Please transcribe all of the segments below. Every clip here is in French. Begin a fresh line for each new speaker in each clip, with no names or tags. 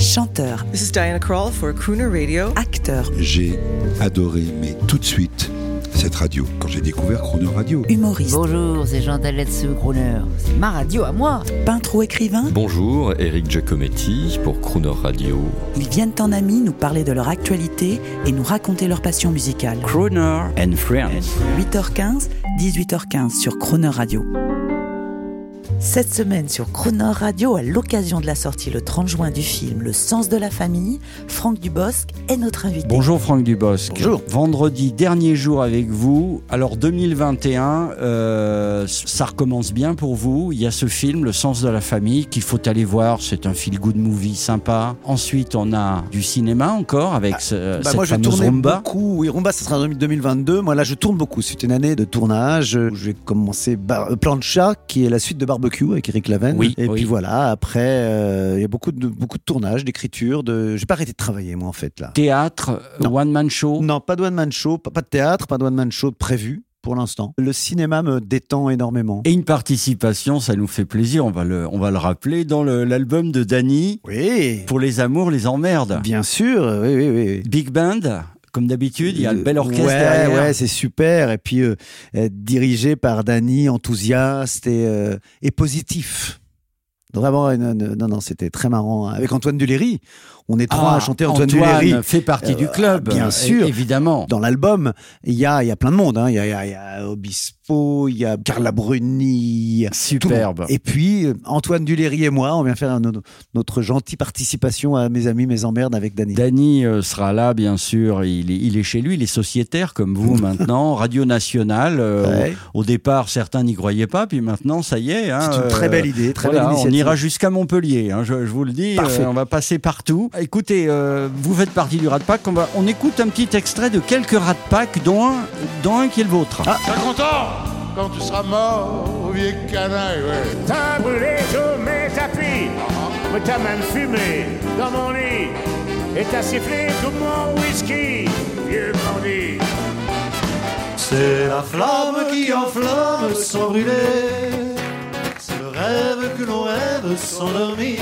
chanteur,
This is Diana Krall for Crooner Radio.
acteur,
J'ai adoré, mais tout de suite, cette radio. Quand j'ai découvert Chrono Radio.
humoriste,
Bonjour, c'est Jean Daletsu, Crooner. C'est ma radio à moi.
peintre ou écrivain,
Bonjour, Eric Giacometti pour Crooner Radio.
ils viennent en amis nous parler de leur actualité et nous raconter leur passion musicale.
Crooner and Friends.
8h15, 18h15 sur Croner Radio. Cette semaine sur Croner Radio, à l'occasion de la sortie le 30 juin du film Le sens de la famille, Franck Dubosc est notre invité.
Bonjour Franck Dubosc.
Bonjour.
Vendredi, dernier jour avec vous. Alors 2021, euh, ça recommence bien pour vous. Il y a ce film, Le sens de la famille, qu'il faut aller voir. C'est un feel-good movie sympa. Ensuite, on a du cinéma encore avec ce-
Bah,
Euh, cette
moi, je
fameuse
tournais
rumba.
beaucoup. Oui, Rumba, ça sera en 2022. Moi, là, je tourne beaucoup. C'était une année de tournage. où J'ai commencé Bar- euh, Plancha, qui est la suite de Barbecue avec Eric Laven.
Oui,
Et
oui.
puis voilà, après, euh, il y a beaucoup de, beaucoup de tournages, d'écriture. De... J'ai pas arrêté de travailler, moi, en fait, là.
Théâtre,
Non.
one-man show.
Non, pas de one-man show, pas, pas de théâtre, pas de one-man show prévu pour l'instant. Le cinéma me détend énormément.
Et une participation, ça nous fait plaisir, on va le, on va le rappeler, dans le- l'album de Danny,
Oui,
Pour les amours, les emmerdes.
bien sûr. Oui, oui, oui. oui.
Big band, comme d'habitude, il y a le bel orchestre
ouais,
derrière.
Ouais, c'est super. Et puis, euh, euh, dirigé par Dany, enthousiaste et, euh, et positif. Vraiment, une- une- non, non, c'était très marrant. hein. Avec Antoine Duléry, on est trois
Ah,
à chanter Antoine, Duléry.
fait partie
Euh,
du club,
bien
é-
sûr.
évidemment.
Dans l'album, il y a, il y a plein de monde. hein. Il y, a- il y a- il y a Obispo, il y a Carla Bruni, tout le monde.
Superbe.
Et puis, euh, Antoine Duléry et moi, on vient faire un- notre, notre gentille participation à Mes Amis, Mes Emmerdes avec Dany.
Dany euh, sera là, bien sûr. Il est, il est chez lui, il est sociétaire comme vous maintenant. Radio Nationale. euh,
Ouais.
Au départ, certains n'y croyaient pas, puis maintenant, ça y est. hein,
C'est une très
euh,
belle idée, très
voilà,
belle
on
initiative.
ira jusqu'à Montpellier, hein, je, je vous le dis.
Parfait.
on va passer partout. Écoutez, euh, vous faites partie du Rat Pack. On, va, on écoute un petit extrait de quelques Rat Pack, dont un, dont un qui est le vôtre.
T'es content quand tu seras mort au vieux canaille, ouais.
T'as brûlé tous mes tapis, mais t'as même fumé dans mon lit, et t'as sifflé tout mon whisky, vieux bandit.
C'est la flamme qui enflamme sans brûler. C'est le rêve que l'on rêve sans dormir.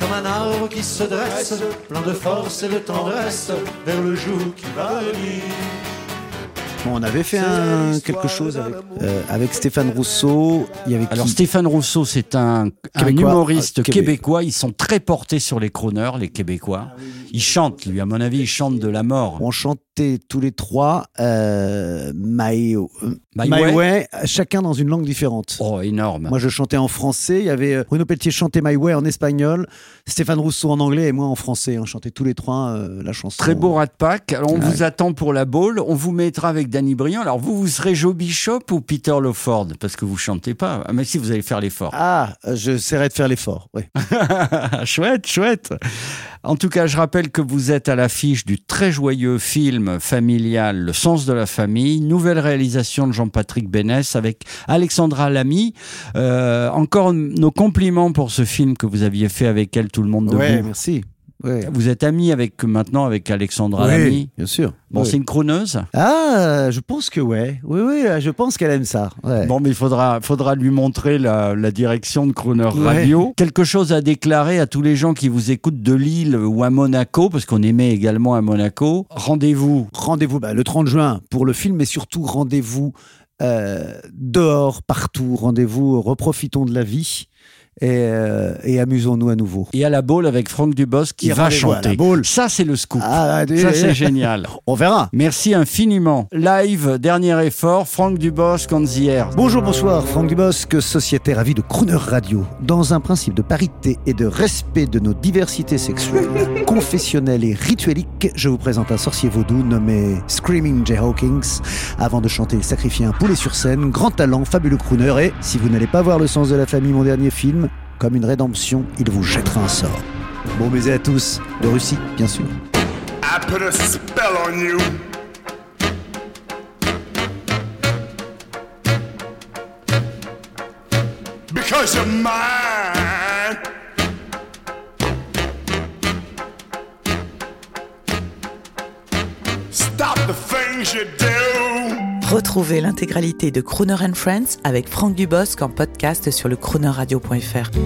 Comme un arbre qui se dresse, plein de force et de tendresse, vers le jour qui va venir.
Bon, on avait fait un, quelque chose avec, euh, avec Stéphane Rousseau. Il y avait
Alors
qui
Stéphane Rousseau, c'est un, un
Québécois.
humoriste
Ah, Québé-
québécois. Ils sont très portés sur les chroneurs, les
Ah,
Québécois. Ils chantent, lui, à mon avis, ils chantent de la mort.
On chantait tous les trois euh, My, euh,
My
My
Way.
Way, chacun dans une langue différente.
Oh, énorme.
Moi, je chantais en français. Il y avait euh, Bruno Pelletier chantait My Way en espagnol, Stéphane Rousseau en anglais et moi en français. On chantait tous les trois euh, la chanson.
Très beau rat de Pâques. Alors, on
Ouais.
vous attend pour la bowl. On vous mettra avec Danny Briand. Alors, vous, vous serez Joe Bishop ou Peter Lawford Parce que vous chantez pas. Ah, Mais si, vous allez faire l'effort.
Ah, euh, j'essaierai de faire l'effort. ouais.
Ah, chouette, chouette. En tout cas, je rappelle que vous êtes à l'affiche du très joyeux film familial Le sens de la famille, nouvelle réalisation de Jean-Patrick Bénès avec Alexandra Lamy. Euh, encore nos compliments pour ce film que vous aviez fait avec elle, tout le monde debout.
Ouais, merci. Ouais.
Vous êtes ami avec maintenant avec Alexandra
Oui,
Lamy.
bien sûr.
Bon,
Ouais.
c'est une crooneuse.
Ah, je pense que ouais. Oui, oui, je pense qu'elle aime ça. Ouais.
Bon, mais il faudra, faudra lui montrer la, la direction de Crooner
Ouais.
Radio. Quelque chose à déclarer à tous les gens qui vous écoutent de Lille ou à Monaco, parce qu'on émet également à Monaco. Rendez-vous.
rendez-vous bah, le 30 juin pour le film, mais surtout rendez-vous euh, dehors, partout. Rendez-vous, reprofitons de la vie et, euh, et amusons-nous à nouveau.
Et à la boule avec Franck Dubos qui
Et
va
rendez-vous à la
chanter.
Baule.
Ça, c'est le scoop.
Ah, oui,
Ça,
oui,
c'est
oui.
génial.
On verra.
Merci infiniment. Live, dernier effort, Franck Dubos, Canzière.
Bonjour, bonsoir, Franck Dubosc, sociétaire à vie de Crooner Radio. Dans un principe de parité et de respect de nos diversités sexuelles, confessionnelles et rituelliques, je vous présente un sorcier vaudou nommé Screaming Jay Hawkins. Avant de chanter et sacrifier un poulet sur scène, grand talent, fabuleux crooner et, si vous n'allez pas voir Le sens de la famille, mon dernier film, comme une rédemption, il vous jettera un sort. Bon baiser à tous, de Russie, bien sûr.
I put a spell on you. Because you're mine. Stop the things you do.
Retrouvez l'intégralité de Crooner and Friends avec Franck Dubosc en podcast sur le croonerradio.fr.